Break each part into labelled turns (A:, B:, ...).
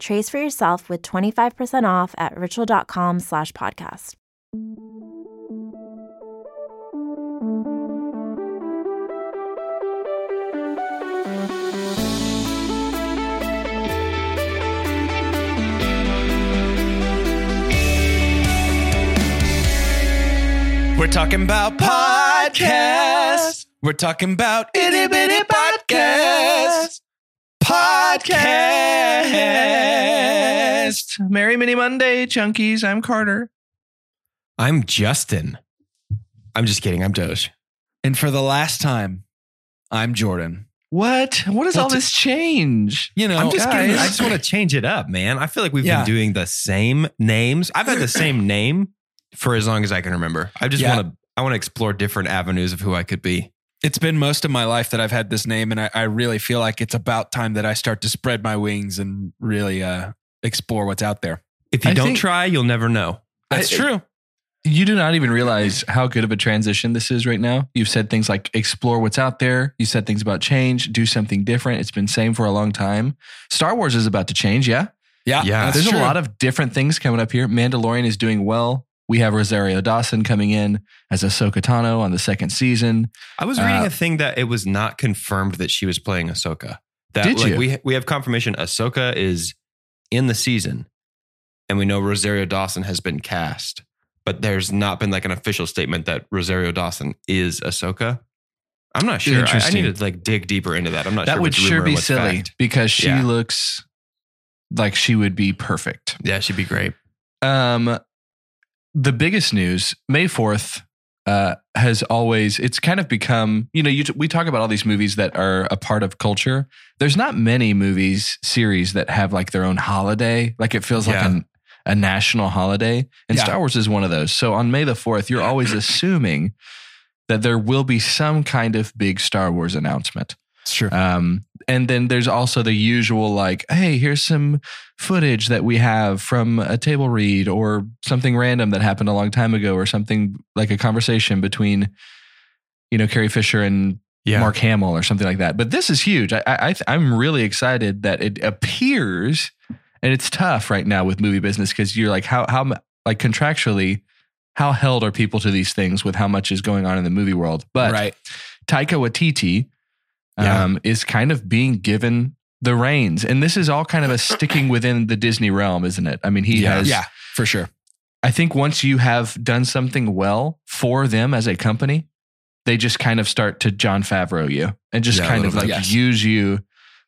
A: Trace for yourself with 25% off at ritual.com slash podcast.
B: We're talking about podcasts. We're talking about itty bitty podcasts. Podcast.
C: Merry Mini Monday, Chunkies. I'm Carter.
B: I'm Justin. I'm just kidding. I'm Doge. And for the last time, I'm Jordan.
C: What? What is all
B: What?
C: this change?
D: You know,
B: I'm just kidding.
D: I just want to change it up, man. I feel like we've
B: Yeah.
D: been doing the same names. I've had the same name for as long as I can remember. I just
B: Yeah.
D: want to. I want to explore different avenues of who I could be.
B: It's been most of my life that I've had this name, and I, I really feel like it's about time that I start to spread my wings and really uh, explore what's out there.
D: If you
C: I
D: don't
C: think-
D: try, you'll never know.
B: That's
C: I-
B: true.
C: You do not even realize how good of a transition this is right now. You've said things like explore what's out there. You said things about change, do something different. It's been same for a long time. Star Wars is about to change, yeah?
B: Yeah,
D: Yeah.
B: that's
C: There's
B: true.
C: a lot of different things coming up here. Mandalorian is doing well. We have Rosario Dawson coming in as Ahsoka Tano on the second season.
D: I was reading
C: Uh,
D: a thing that it was not confirmed that she was playing Ahsoka. That
C: Did
D: like,
C: you?
D: we we have confirmation Ahsoka is in the season, and we know Rosario Dawson has been cast, but there's not been like an official statement that Rosario Dawson is Ahsoka. I'm not sure. I, I
C: Interesting.
D: need to like dig deeper into that. I'm not
C: that
D: sure.
C: would
D: what's rumor
C: sure
D: and
C: be
D: what's
C: silly
D: fact.
C: because she
D: Yeah.
C: looks like she would be perfect.
D: Yeah, she'd be great.
C: Um, the biggest news, May 4th, uh, has always, it's kind of become, you know, you, we talk about all these movies that are a part of culture. There's not many movies, series that have like their own holiday. Like it feels like
D: Yeah.
C: an, a national holiday. And
B: Yeah.
C: Star Wars is one of those. So on May the 4th, you're always assuming that there will be some kind of big Star Wars announcement.
B: It's true.
C: Um, and then there's also the usual like, hey, here's some footage that we have from a table read or something random that happened a long time ago or something like a conversation between, you know, Carrie Fisher and
D: Yeah.
C: Mark Hamill or something like that. But this is huge. I, I I- I'm really excited that it appears, and it's tough right now with movie business because you're like how how mu- like contractually. How held are people to these things with how much is going on in the movie world? But
B: right.
C: Taika Waititi um, is kind of being given the reins, and this is all kind of a sticking within the Disney realm, isn't it? I mean, he has.
B: Yeah, for sure.
C: I think once you have done something well for them as a company, they just kind of start to John Favreau you and just
D: Yeah, a
C: kind of
D: little
C: like
B: bit, yes.
C: use you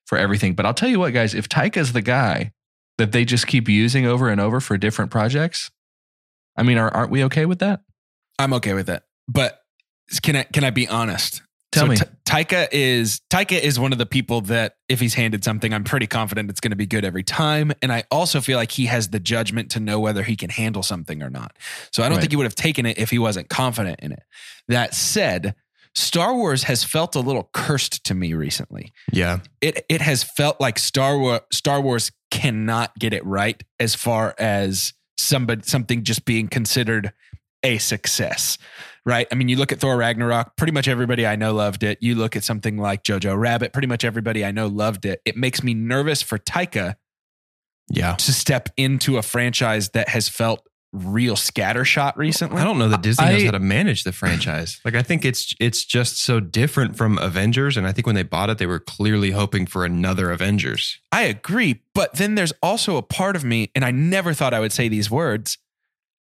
C: for everything. But I'll tell you what, guys, if Taika's the guy that they just keep using over and over for different projects, I mean, are, aren't we okay with that?
B: I'm okay with it. But can I can I be honest?
C: Tell me.
B: Ta- Taika is Taika is one of the people that if he's handed something, I'm pretty confident it's going to be good every time. And I also feel like he has the judgment to know whether he can handle something or not. So I don't
C: Right.
B: think he would have taken it if he wasn't confident in it. That said, Star Wars has felt a little cursed to me recently
D: Yeah.
B: it it has felt like Star Wars Star Wars cannot get it right as far as somebody something just being considered a success, right? I mean, you look at Thor Ragnarok, pretty much everybody I know loved it. You look at something like Jojo Rabbit, pretty much everybody I know loved it. It makes me nervous for Taika
D: Yeah.
B: to step into a franchise that has felt real scattershot recently.
D: I don't know that Disney knows
C: I-
D: how to manage the franchise. Like I think it's it's just so different from Avengers, and I think when they bought it, they were clearly hoping for another Avengers.
B: I agree, but then there's also a part of me, and I never thought I would say these words.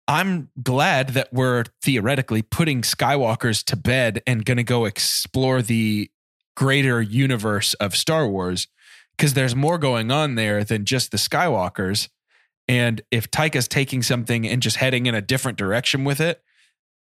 B: I'm glad that we're theoretically putting Skywalkers to bed and going to go explore the greater universe of Star Wars because there's more going on there than just the Skywalkers. And if Taika's taking something and just heading in a different direction with it,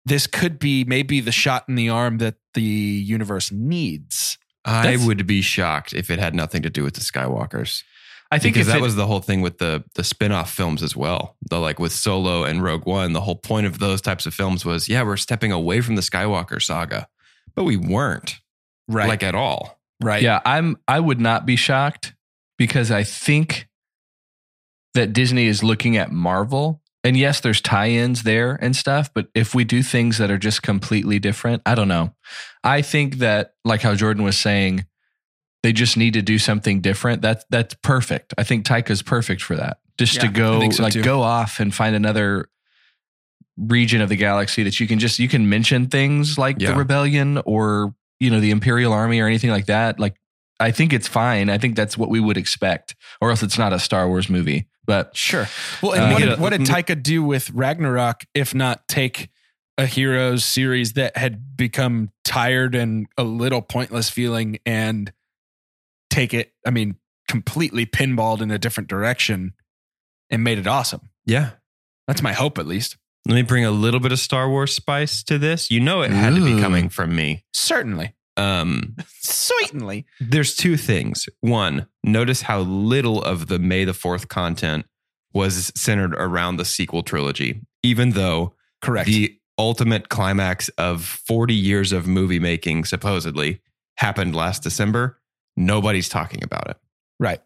B: this could be maybe the shot in the arm that the universe needs.
D: I
C: That's-
D: would be shocked if it had nothing to do with the Skywalkers.
C: I think
D: because
C: if
D: that
C: it-
D: was the whole thing with the the spin-off films as well. The like with Solo and Rogue One, the whole point of those types of films was, yeah, we're stepping away from the Skywalker saga, but we weren't
B: Right.
D: like at all.
B: right.
C: yeah, I'm I would not be shocked because I think that Disney is looking at Marvel. And yes, there's tie-ins there and stuff, but if we do things that are just completely different, I don't know. I think that like how Jordan was saying, they just need to do something different. That's that's perfect. I think Taika's perfect for that. Just to
B: Yeah, I
C: go
B: think so
C: like
B: too.
C: go off and find another region of the galaxy that you can just you can mention things like
D: Yeah.
C: the rebellion or you know the imperial army or anything like that like i think it's fine i think that's what we would expect or else it's not a star wars movie but
B: Sure. Well, and
C: Uh,
B: what,
D: yeah.
B: did, what did Taika do with Ragnarok if not take a heroes series that had become tired and a little pointless feeling and take it, I mean, completely pinballed in a different direction and made it awesome?
D: Yeah.
B: That's my hope, at least.
D: Let me bring a little bit of Star Wars spice to this. You know it had to
C: Ooh.
D: be coming from me.
B: Certainly.
D: Um
B: Certainly.
D: there's two things. One, notice how little of the May the 4th content was centered around the sequel trilogy, even though
B: Correct.
D: The ultimate climax of 40 years of movie making, supposedly, happened last December. Nobody's talking about it.
B: right.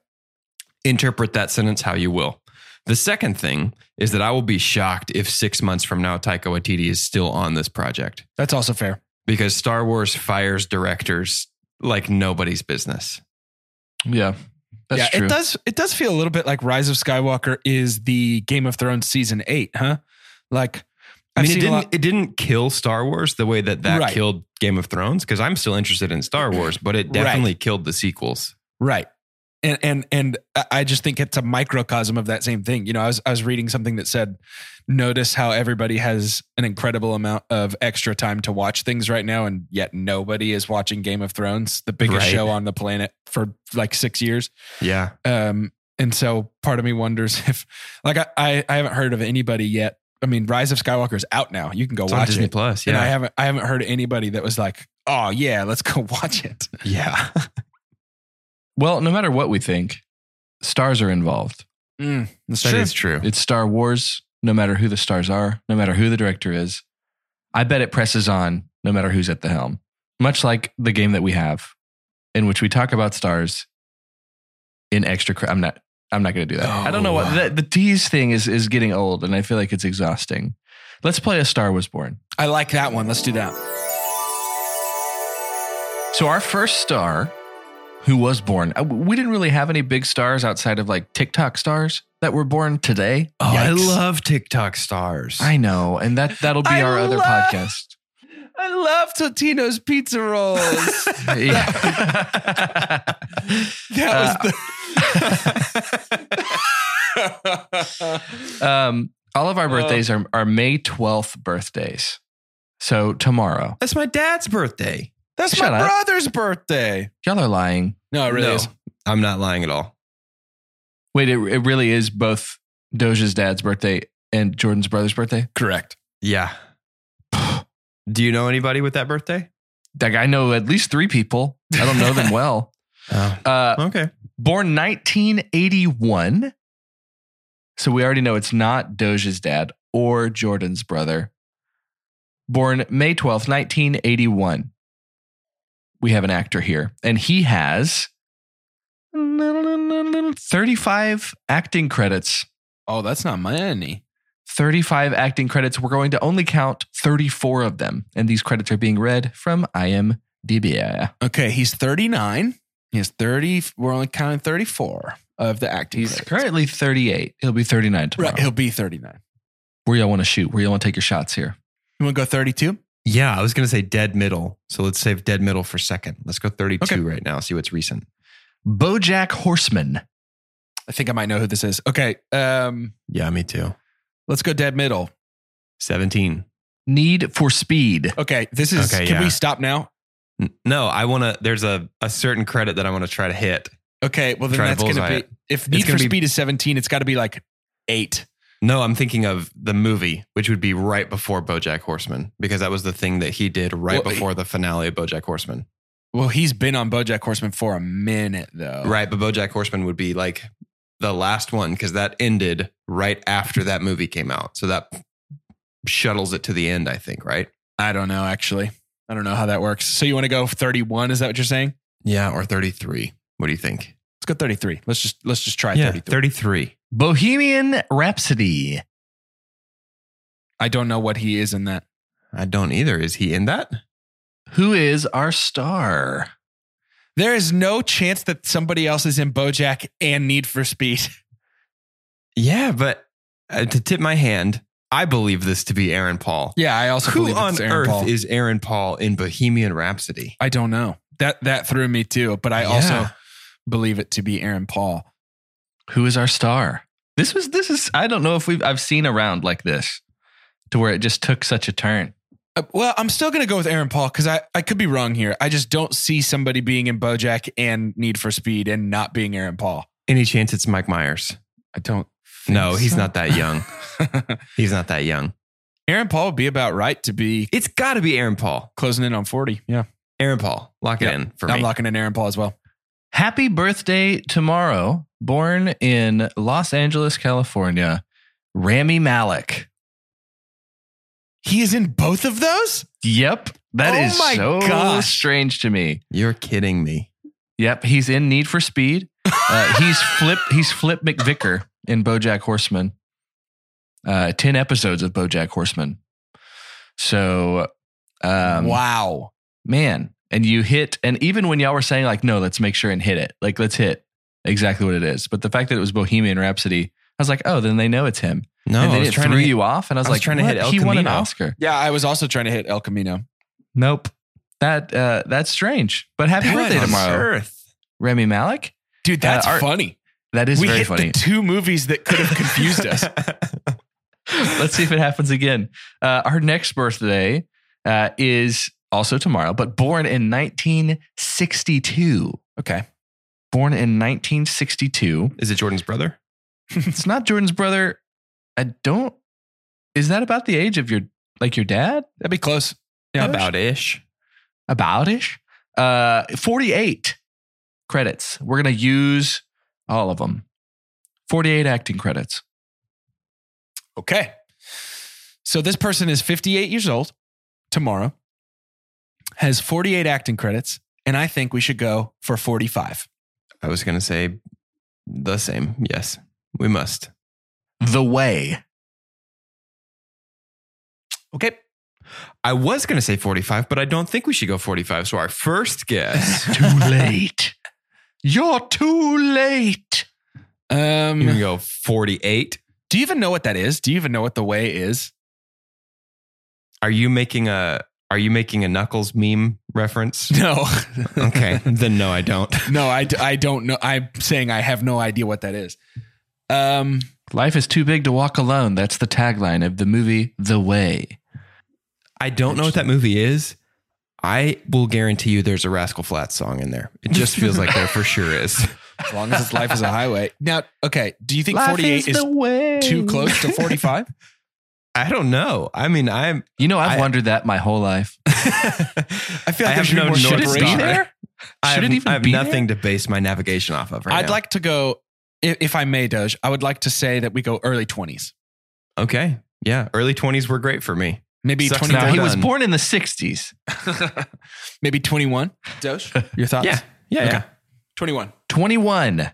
D: Interpret that sentence how you will. The second thing is that I will be shocked if six months from now, Taika Waititi is still on this project
B: That's also fair.
D: because Star Wars fires directors like nobody's business.
C: yeah that's
B: yeah,
C: true
B: it does. It does feel a little bit like Rise of Skywalker is the Game of Thrones season eight, huh? Like,
D: I
B: I've
D: mean, it
B: seen a
D: didn't,
B: lot-
D: it didn't kill Star Wars the way that that
B: Right.
D: killed Game of Thrones because I'm still interested in Star Wars, but it
B: Right.
D: definitely killed the sequels.
B: Right. And and and I- I just think it's a microcosm of that same thing. You know, I was I was reading something that said, notice how everybody has an incredible amount of extra time to watch things right now, and yet nobody is watching Game of Thrones, the biggest
D: Right.
B: show on the planet for like six years.
D: Yeah.
B: Um, and so part of me wonders if like I, I, I haven't heard of anybody yet. I mean, Rise of Skywalker is out now. You can go
D: It's on
B: watch
D: Disney
B: it.
D: Plus.
B: And
D: Yeah.
B: I haven't I haven't heard anybody that was like, oh yeah, let's go watch it.
D: yeah.
C: well no matter what we think stars are involved
B: Mm, that's
D: That
B: true.
D: is true.
C: it's star wars no matter who the stars are no matter who the director is i bet it presses on no matter who's at the helm much like the game that we have in which we talk about stars in extra cre- i'm not i'm not going to do that i don't know
D: Oh.
C: what the, the tease thing is is getting old and i feel like it's exhausting let's play a star was born
B: I like that one. Let's do that.
C: so our first star who was born uh, we didn't really have any big stars outside of like tiktok stars that were born today
D: Oh, I
B: Yikes.
D: love TikTok stars.
C: i know and that that'll be
B: I
C: our other
B: love-
C: podcast
B: I love Totino's pizza rolls.
C: Yeah.
D: Uh,
B: that
C: Uh,
B: was
C: um, all
B: Oh.
C: of our birthdays are, are May 12th birthdays. So tomorrow.
D: That's my dad's birthday.
B: that's
C: Shut
B: my
C: up.
B: brother's birthday.
C: Y'all are lying.
B: No, it Oh, really
D: No,
B: is.
D: I'm not lying at all.
C: Wait, it, it really is both Doja's dad's birthday and Jordan's brother's birthday?
B: Correct.
D: Yeah. Do you know anybody with that birthday?
C: Like, I know at least three people. I don't know them well.
D: Oh.
C: Uh,
D: Okay.
C: born 1981. So we already know it's not Doja's dad or Jordan's brother. Born May 12th, 1981. We have an actor here, and he has 35 acting credits.
B: Oh, that's not money.
C: 35 acting credits. We're going to only count 34 of them. And these credits are being read from IMDb.
B: Okay, he's 39. He has 30. We're only counting 34 of the acting.
C: He's
B: credits.
C: currently 38. He'll be 39 tomorrow.
B: Right, he'll be 39.
C: Where y'all want to shoot? Where y'all want to take your shots here?
B: You want to go 32?
D: Yeah, I was going to say dead middle. So let's save dead middle for second. Let's go 32
B: Okay.
D: right now. See what's recent.
C: Bojack Horseman.
B: I think I might know who this is. Okay, um,
D: Yeah, me too.
B: let's go dead middle.
D: 17.
C: Need for Speed.
B: Okay, this is.
D: Okay,
B: can
D: yeah.
B: we stop now?
D: N- No, I want to. There's a, a certain credit that I want to try to hit.
B: Okay, well then
D: Try to
B: that's going to
D: bullseye
B: be.
D: it.
B: If Need
D: It's
B: for
D: gonna be-
B: Speed is 17, it's got to be like eight.
D: No, I'm thinking of the movie, which would be right before Bojack Horseman, because that was the thing that he did right
B: Well,
D: before the finale of Bojack Horseman.
B: Well, he's been on BoJack Horseman for a minute, though.
D: Oh. Right, but BoJack Horseman would be like the last one because that ended right after that movie came out. So that shuttles it to the end, I think, right?
B: I don't know, actually. I don't know how that works. So you want to go 31? Is that what you're saying?
D: Yeah, or 33. What do you think?
B: Let's go 33. Let's just let's just try 33.
D: 33.
C: Bohemian Rhapsody.
B: I don't know what he is in that.
D: I don't either. Is he in that?
C: Who is our star?
B: There is no chance that somebody else is in BoJack and Need for Speed.
D: Yeah, but uh, to tip my hand, I believe this to be Aaron Paul.
B: Yeah, I also
D: Who
B: believe
D: on
B: it's Aaron
D: earth
B: Paul.
D: is Aaron Paul in Bohemian Rhapsody?
B: I don't know. That that threw me too, but I also
D: Yeah.
B: believe it to be Aaron Paul.
C: Who is our star? This was this is I don't know if we've I've seen a round like this to where it just took such a turn.
B: Uh, well, I'm still going to go with Aaron Paul because I, I could be wrong here. I just don't see somebody being in BoJack and Need for Speed and not being Aaron Paul.
D: Any chance it's Mike Myers?
B: I don't.
D: No,
B: think
D: he's
B: so.
D: not that young. He's not that young.
B: Aaron Paul would be about right to be
D: It's got to be Aaron Paul.
B: closing in on 40. Yeah,
D: Aaron Paul, lock it
B: Yep.
D: in for
B: I'm
D: me.
B: locking in Aaron Paul as well.
C: Happy birthday tomorrow. Born in Los Angeles, California, Rami Malik.
B: He is in both of those.
C: Yep. that
B: Oh
C: is
B: my
C: so
B: gosh.
C: strange to me.
D: You're kidding me.
C: Yep, he's in Need for Speed. Uh, he's Flip. He's Flip McVicker in BoJack Horseman. Uh, Ten episodes of BoJack Horseman. So, um,
B: wow.
C: man, and you hit, and even when y'all were saying like, no, let's make sure and hit it, like let's hit exactly what it is. But the fact that it was Bohemian Rhapsody, I was like, oh, then they know it's him.
D: No,
C: and
D: I
C: then
D: was
C: it
D: trying
C: threw
D: to
C: you off, and I was,
D: I was
C: like,
D: trying to
C: what?
D: hit El
C: he won an
D: Camino.
C: Oscar.
B: Yeah, I was also trying to hit El Camino.
C: Nope, that uh, that's strange. But happy
B: What
C: birthday
B: on
C: tomorrow,
D: Earth.
C: Remy Malik.
B: Dude, that's
C: Uh, our-
B: funny.
C: That is
B: we
C: very
B: hit
C: funny.
B: the two movies that could have confused us.
C: Let's see if it happens again. Uh, our next birthday uh, is also tomorrow, but born in 1962.
B: Okay.
C: Born in 1962.
D: Is it Jordan's brother?
C: It's not Jordan's brother. I don't. Is that about the age of your like your dad?
B: That'd be close. Yeah,
D: About ish.
C: About ish. Uh, 48 credits. We're gonna use all of them. 48 acting credits.
B: Okay. So this person is 58 years old tomorrow, has 48 acting credits, and I think we should go for 45.
D: I was going to say the same. Yes, we must.
C: The Way.
B: Okay.
D: I was going to say 45, but I don't think we should go 45. So our first guess,
C: Too late. You're too late.
D: you can
B: Um,
D: go 48.
B: do you even know what that is? Do you even know what the way is?
D: Are you making a are you making a Knuckles meme reference?
B: No.
D: Okay. then no, I don't.
B: no, I, d- I don't know. I'm saying I have no idea what that is. Um,
C: Life is too big to walk alone. That's the tagline of the movie The Way.
D: I don't know what that movie is. I will guarantee you there's a Rascal Flatts song in there. It just feels like there for sure is.
B: as long as it's life is a highway. Now, okay. Do you think
C: Life
B: 48 is,
C: way.
B: too close to 45?
D: I don't know. I mean, I'm.
C: You know, I've
D: I-
C: wondered that my whole life.
D: I
B: feel like there should be more
C: Should it be
B: separation.
C: there?
D: I have,
C: Should it even
D: I have
C: be
D: nothing to base my navigation off of. Right
B: I'd
D: now.
B: like to go, if, if I may, Doge, I would like to say that we go early 20s.
D: Okay. Yeah. Early 20s were great for me.
B: Maybe
D: Sucks
B: twenty.
D: that
C: No, he was
D: done.
C: born in the 60s.
B: maybe 21. Doge, your thoughts?
D: Yeah. Yeah.
B: Okay.
D: yeah.
B: 21.
C: 21.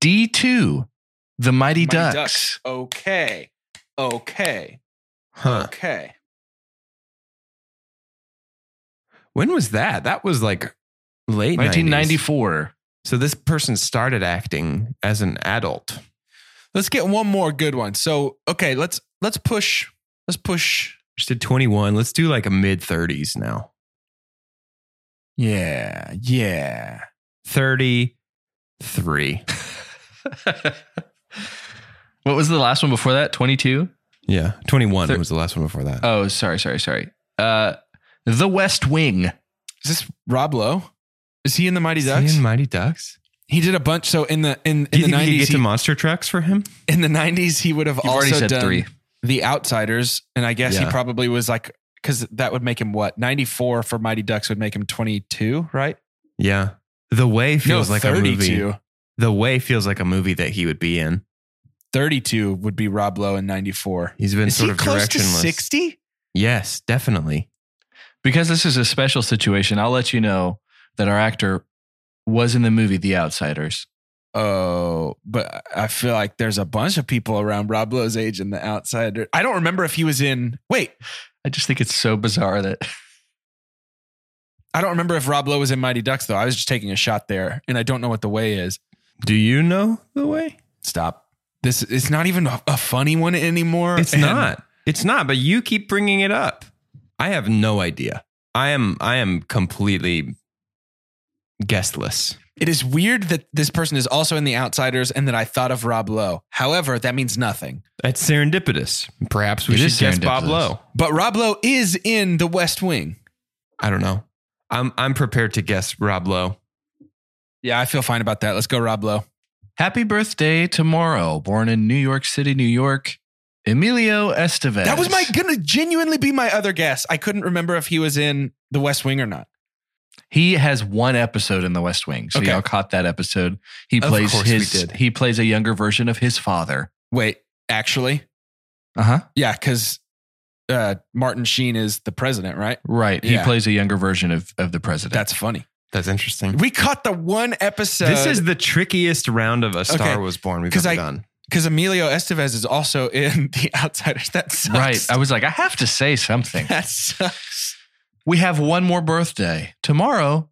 C: D2. The Mighty,
B: Mighty
C: Ducks.
B: Okay. Okay.
D: Huh.
B: Okay.
D: When was that? That was like late 1994.
C: 1994.
D: So this person started acting as an adult.
B: Let's get one more good one. So, okay, let's let's push let's push
D: Just did 21. Let's do like a mid 30s now.
B: yeah, yeah.
D: 33.
C: what was the last one before that? 22?
D: Yeah. 21
C: Thir-
D: was the last one before that.
C: Oh, sorry, sorry, sorry. Uh, the West Wing.
B: Is this Rob Lowe? Is he in the Mighty
D: Is he
B: Ducks?
D: in Mighty Ducks?
B: he did a bunch so in the in, in the
D: he could
B: 90s
D: get
B: he-
D: to monster trucks for him?
B: in the 90s he would have
C: You've
B: also
C: already said
B: done
C: three.
B: the outsiders and i guess he
D: Yeah.
B: probably was like because that would make him what 94 for mighty ducks would make him 22 right
D: Yeah. The Way feels like a movie. The Way feels like a movie that he would be in.
B: 32 would be Rob Lowe in 94.
D: He's been
B: Is
D: sort
B: he
D: of
B: close to
D: directionless.
B: 60?
D: Yes, definitely.
C: Because this is a special situation, I'll let you know that our actor was in the movie The Outsiders.
B: Oh, but I feel like there's a bunch of people around Rob Lowe's age in The Outsider. I don't remember if he was in. Wait,
C: I just think it's so bizarre that
B: I don't remember if Rob Lowe was in Mighty Ducks though. I was just taking a shot there, and I don't know what the way is.
D: Do you know The Way?
B: Stop. This it's not even a, a funny one anymore.
D: It's
B: and
D: not. It's not, but you keep bringing it up. I have no idea. I am I am completely guessless.
B: It is weird that this person is also in The Outsiders, and that I thought of Rob Lowe. However, that means nothing.
D: That's serendipitous. Perhaps we
C: It is
D: should guess Bob
C: serendipitous.
D: Lowe.
B: But Rob Lowe is in The West Wing.
D: I don't know. I'm I'm prepared to guess Rob Lowe.
B: Yeah, I feel fine about that. Let's go, Rob Lowe.
C: Happy birthday tomorrow, born in New York City, New York, Emilio Estevez.
B: That was my gonna genuinely be my other guess. I couldn't remember if he was in The West Wing or not.
C: He has one episode in The West Wing, so
B: Okay.
C: y'all caught that episode. He
D: Of
C: plays
D: course we
C: his.
D: did.
C: He plays a younger version of his father.
B: Wait, actually,
C: Uh huh.
B: yeah, because uh, Martin Sheen is the president, right?
C: Right. He
B: Yeah.
C: plays a younger version of of the president.
B: That's funny.
D: That's interesting. Uh,
B: We caught the one episode.
D: this is the trickiest round of a Star
B: Okay.
D: Was Born we've
B: 'Cause
D: ever
B: I-
D: done.
B: because Emilio Estevez is also in The Outsiders. That sucks.
C: right. I was like, I have to say something.
B: that sucks.
C: we have one more birthday tomorrow.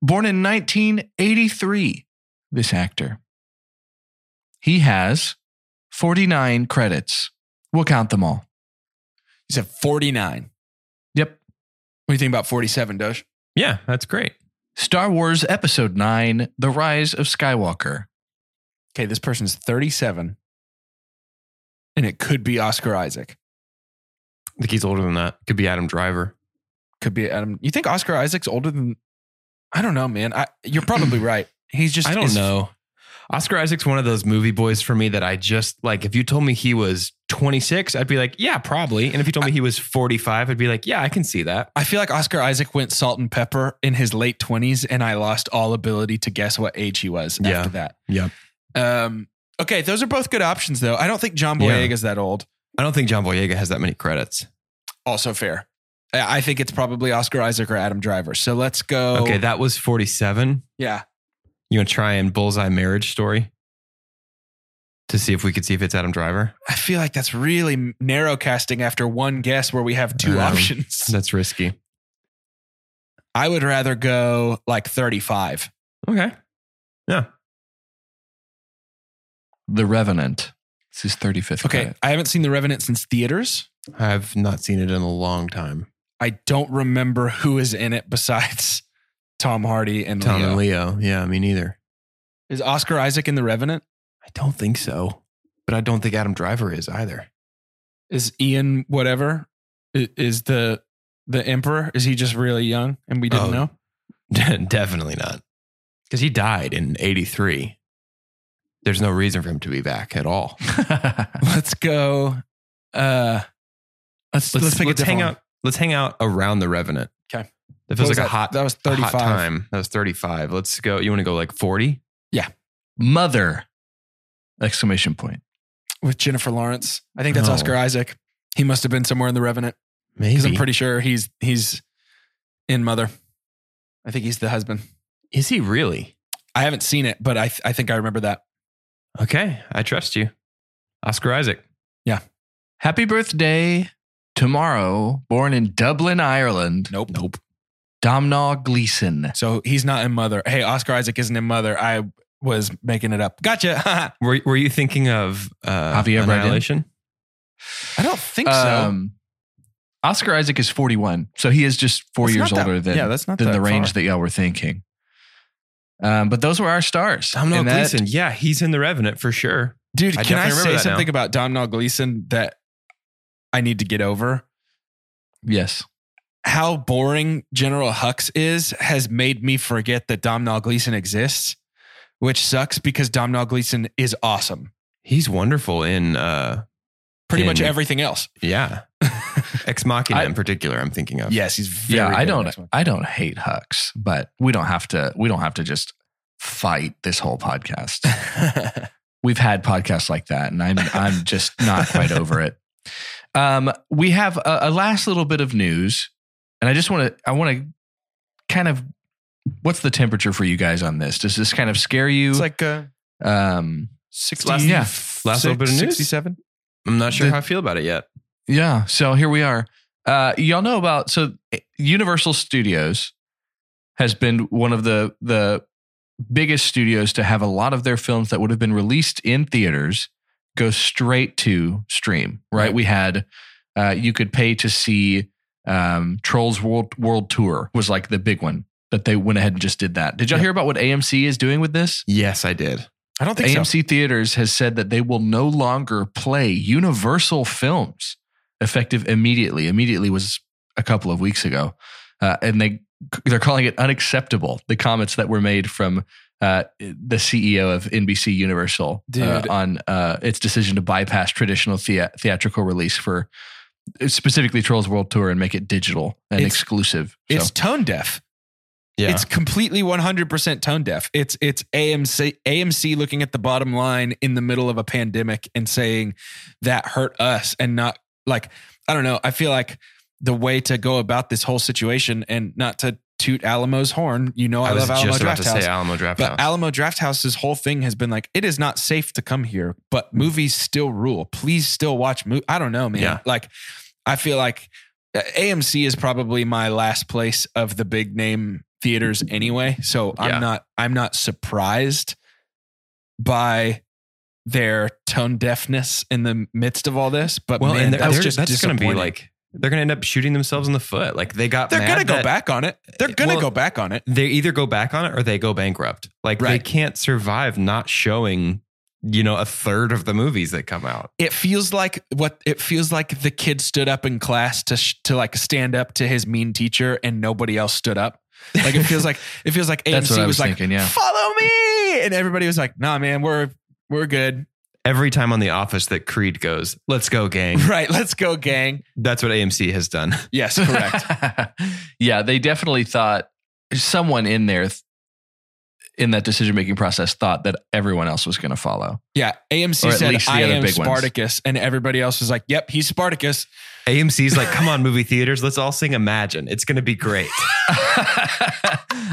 C: Born in 1983, this actor. He has 49 credits. We'll count them all.
B: He's at 49.
C: Yep.
B: What do you think about 47, Doge?
D: Yeah, that's great.
C: Star Wars Episode 9 The Rise of Skywalker.
B: Okay, this person's 37. And it could be Oscar Isaac.
D: I think he's older than that. Could be Adam Driver.
B: Could be Adam. You think Oscar Isaac's older than I don't know, man. I, you're probably right. He's just
D: I don't
B: is-
D: know. Oscar Isaac's one of those movie boys for me that I just like. If you told me he was 26, I'd be like, yeah, probably. And if you told me he was 45, I'd be like, yeah, I can see that.
B: I feel like Oscar Isaac went salt and pepper in his late 20s, and I lost all ability to guess what age he was
D: Yeah.
B: after that.
D: Yep.
B: Um, okay, those are both good options, though. I don't think John
D: Yeah.
B: Boyega's is that old.
D: I don't think John Boyega has that many credits.
B: Also fair. I I think it's probably Oscar Isaac or Adam Driver. So let's go.
D: Okay, that was 47.
B: yeah.
D: You want to try and bullseye marriage story to see if we could see if it's Adam Driver?
B: I feel like that's really narrow casting after one guess where we have two
D: Um,
B: options.
D: That's risky.
B: I would rather go like 35.
D: Okay. Yeah.
C: The Revenant. This is 35th.
B: Okay.
C: credit.
B: I haven't seen The Revenant since theaters.
D: I've not seen it in a long time.
B: I don't remember who is in it besides Tom Hardy and
D: Tom
B: Leo.
D: and Leo. Yeah, me neither.
B: Is Oscar Isaac in The Revenant?
D: I don't think so. But I don't think Adam Driver is either.
B: Is Ian whatever? I- Is the the emperor? Is he just really young and we didn't
D: Oh.
B: know?
D: Definitely not. Because he died in 83. There's no reason for him to be back at all.
B: Let's go. Uh, let's let's, pick a different
D: hang
B: one.
D: out. Let's hang out around the Revenant.
B: 'Kay.
D: That
B: What
D: feels
B: was
D: like a
B: that?
D: hot,
B: That was
D: a hot
B: 35.
D: time. That was 35. Let's go. You want to go like 40?
C: Mother. Exclamation point.
B: with Jennifer Lawrence. I think that's
D: Oh.
B: Oscar Isaac. He must have been somewhere in The Revenant
D: Maybe.
B: because I'm pretty sure he's he's in Mother. I think he's the husband.
D: Is he really?
B: I haven't seen it, but I th- I think I remember that.
D: Okay. I trust you. Oscar Isaac.
C: Happy birthday tomorrow. Born in Dublin, Ireland.
B: Nope. Nope.
C: Domhnall Gleeson.
B: So he's not in Mother. Hey, Oscar Isaac isn't in Mother. I was making it up. Gotcha.
D: Were, were you thinking of uh,
C: Javier Bardem?
D: Annihilation?
B: I don't think
C: Um, Oscar Isaac is 41, so he is just four
B: That's
C: years
B: not that-
C: older than,
B: yeah, that's not
C: than
B: that
C: the range
B: far.
C: that y'all were thinking. Um, but those were our stars.
D: Domhnall
C: And that-
D: Gleeson. Yeah, he's in The Revenant for sure.
B: Dude,
D: I
B: can I
D: definitely remember
B: say
D: that now.
B: something about Domhnall Gleeson that I need to get over?
C: Yes.
B: How boring General Hux is has made me forget that Domhnall Gleeson exists, which sucks because Domhnall Gleeson is awesome.
D: He's wonderful in uh,
B: Pretty
D: And-
B: much everything else.
D: Yeah. Ex Machina
C: I-
D: in particular, I'm thinking of.
B: Yes, he's very
C: yeah, I
B: good in
C: don't.
B: this one.
C: I don't hate Hux, but we don't have to. We don't have to just fight this whole podcast. We've had podcasts like that, and I'm I'm just not quite over it. Um, we have a, a last little bit of news, and I just want to I want to kind of what's the temperature for you guys on this? Does this kind of scare you?
B: It's like uh,
C: um,
B: 60,
C: Last- yeah.
D: Last little bit of news?
B: 67.
D: I'm not sure
C: The-
D: how I feel about it yet.
C: Yeah. So here we are. Uh, y'all know about so Universal Studios has been one of the the biggest studios to have a lot of their films that would have been released in theaters go straight to stream. Right?
B: Right.
C: We had uh, you could pay to see um, Trolls World World Tour was like the big one that they went ahead and just did that. Did y'all
D: Yep.
C: hear about what AMC is doing with this?
D: Yes, I did.
B: I don't think so.
C: AMC Theaters has said that they will no longer play Universal films effective immediately. Immediately was a couple of weeks ago. Uh, and they, they're calling it unacceptable, the comments that were made from uh, the CEO of NBC Universal uh,
B: Dude.
C: on uh, its decision to bypass traditional thea- theatrical release for specifically Trolls World Tour and make it digital and
B: It's-
C: exclusive. So-
B: It's tone deaf.
D: Yeah.
B: It's completely 100% tone deaf. It's it's AMC AMC looking at the bottom line in the middle of a pandemic and saying that hurt us and not like I don't know. I feel like the way to go about this whole situation and not to toot Alamo's horn. You know I,
D: Oh, I, was
B: love Alamo
D: just about to
B: Draft House.
D: say Alamo uh, Draft
B: But
D: House.
B: Alamo Drafthouse's whole thing has been like, it is not safe to come here, but movies still rule. Please still watch movies. I don't know, man.
D: Hmm. Yeah.
B: Like, I feel like uh, AMC is probably my last place of the big name theaters anyway. So I'm
D: Yeah.
B: not I'm not surprised by their tone deafness in the midst of all this. But
D: well,
B: man,
D: and they're-
B: that's
D: they're-
B: just
D: that's going to be
B: disappointing.
D: like they're going to end up shooting themselves in the foot. Like they got
B: they're
D: mad
B: gonna go
D: that
B: back on it. They're gonna
D: Well,
B: go back on it.
D: They either go back on it or they go bankrupt. Like they
B: Right.
D: can't survive not showing, you know, a third of the movies that come out.
B: it feels like what it feels like the kid stood up in class to sh- to like stand up to his mean teacher and nobody else stood up like it feels like it feels like
C: That's
B: AMC
C: what I
B: was,
C: was
B: like
C: thinking, yeah.
B: follow me and everybody was like nah man we're we're good
D: Every time on The Office that Creed goes, "Let's go, gang."
B: right let's go gang
D: That's what AMC has done.
B: yes correct
C: yeah, they definitely thought someone in there th- in that decision making process thought that everyone else was going to follow.
B: yeah
C: Or
B: AMC
C: at
B: said
C: least the
B: I
C: other
B: am
C: big ones.
B: Spartacus and everybody else was like yep he's Spartacus
D: AMC's like, "Come on, movie theaters, let's all sing Imagine. It's going to be great."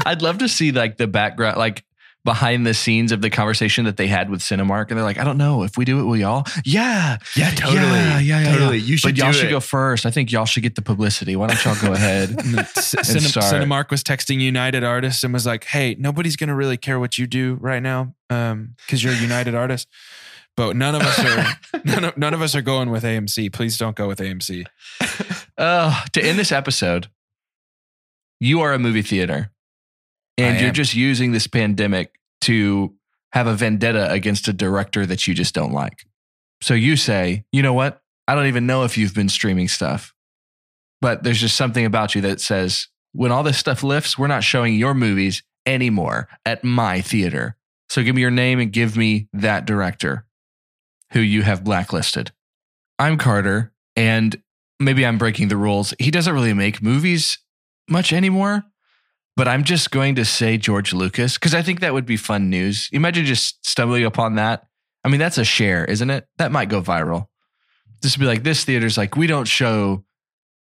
C: I'd love to see like the background, like behind the scenes of the conversation that they had with Cinemark, and they're like, I don't know if we do it, will y'all? Yeah,
B: yeah
C: yeah, yeah, yeah,
D: totally. You
C: yeah.
D: should
C: But y'all
D: do
C: should
D: it.
C: go first. I think y'all should get the publicity. Why don't y'all go ahead?
B: Cinem-
C: start.
B: Cinemark was texting United Artists and was like, "Hey, nobody's gonna really care what you do right now because you're a United Artist." But none of us are none, of, none of us are going with AMC. Please don't go with AMC.
C: Oh, to end this episode, you are a movie theater and
B: I
C: you're
B: am.
C: just using this pandemic to have a vendetta against a director that you just don't like. So you say, you know what? I don't even know if you've been streaming stuff, but there's just something about you that says, when all this stuff lifts, we're not showing your movies anymore at my theater. So give me your name and give me that director who you have blacklisted. I'm Carter, and maybe I'm breaking the rules. He doesn't really make movies much anymore, but I'm just going to say George Lucas because I think that would be fun news. Imagine just stumbling upon that. I mean, that's a share, isn't it? That might go viral. Just be like, this theater's like, we don't show,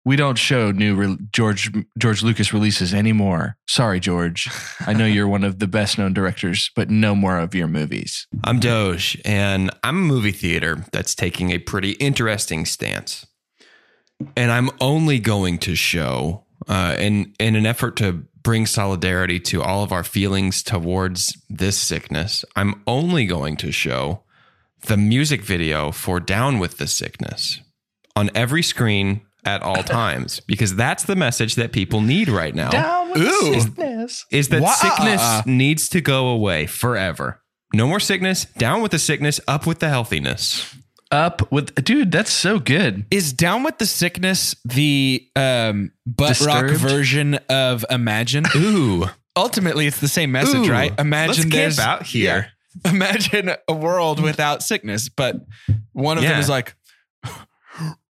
C: we don't show new re- George George Lucas releases anymore. Sorry, George. I know you're one of the best known directors, but no more of your movies.
D: I'm Doge, and I'm a movie theater that's taking a pretty interesting stance. And I'm only going to show, uh, in, in an effort to bring solidarity to all of our feelings towards this sickness, I'm only going to show the music video for Down with the Sickness on every screen at all times, because that's the message that people need right now
C: Down with
B: Ooh.
C: sickness.
D: is that
B: Wha-
D: sickness
B: uh, uh.
D: needs to go away forever. No more sickness, down with the sickness, up with the healthiness.
C: Up with, dude, that's so good.
B: Is Down with the Sickness the um, butt rock
C: Disturbed?
B: version of Imagine?
D: Ooh.
B: Ultimately, it's the same message,
D: Ooh.
B: right?
D: Let's
B: Imagine
D: camp
B: there's
D: out here.
B: Yeah. imagine a world without sickness, but one of
D: Yeah.
B: them is like, "Ooh,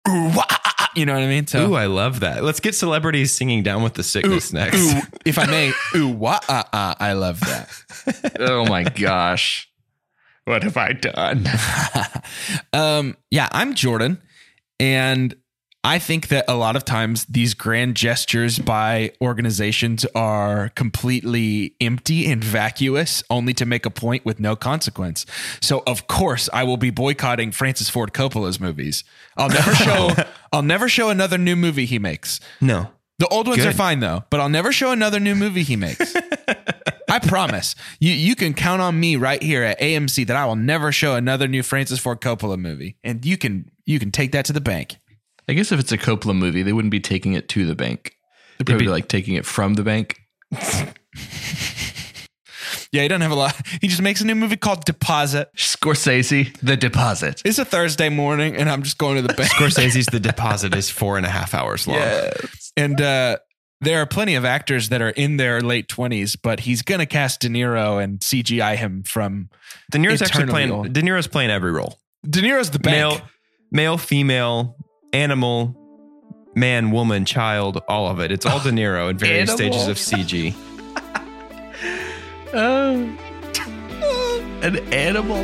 B: wah, ah, ah, You know what I mean? So,
D: Ooh, I love that. Let's get celebrities singing down with the sickness next.
B: ooh, if I may, ooh, wah, ah, ah, I love that.
C: oh my gosh. What have I done?
B: um, yeah, I'm Jordan, and I think that a lot of times these grand gestures by organizations are completely empty and vacuous, only to make a point with no consequence. So, of course, I will be boycotting Francis Ford Coppola's movies. I'll never show. I'll never show another new movie he makes.
D: No.
B: The old ones
D: Good.
B: are fine though, but I'll never show another new movie he makes. I promise. You you can count on me right here at AMC that I will never show another new Francis Ford Coppola movie. And you can you can take that to the bank.
C: I guess if it's a Coppola movie, they wouldn't be taking it to the bank. They'd probably
D: be-
C: be like taking it from the bank.
B: Yeah, he doesn't have a lot. He just makes a new movie called Deposit.
C: Scorsese, The Deposit.
B: It's a Thursday morning and I'm just going to the bank.
D: Scorsese's The Deposit is four and a half hours long.
B: And uh there are plenty of actors that are in their late twenties, but he's gonna cast De Niro and CGI him from
D: De Niro's actually
B: Eternally
D: playing.
B: old.
D: De Niro's playing every role.
B: De Niro's the bank.
D: Male, male, female, animal, man, woman, child, all of it. It's all De Niro in various
C: Animal.
D: stages of CG.
C: Oh. An animal.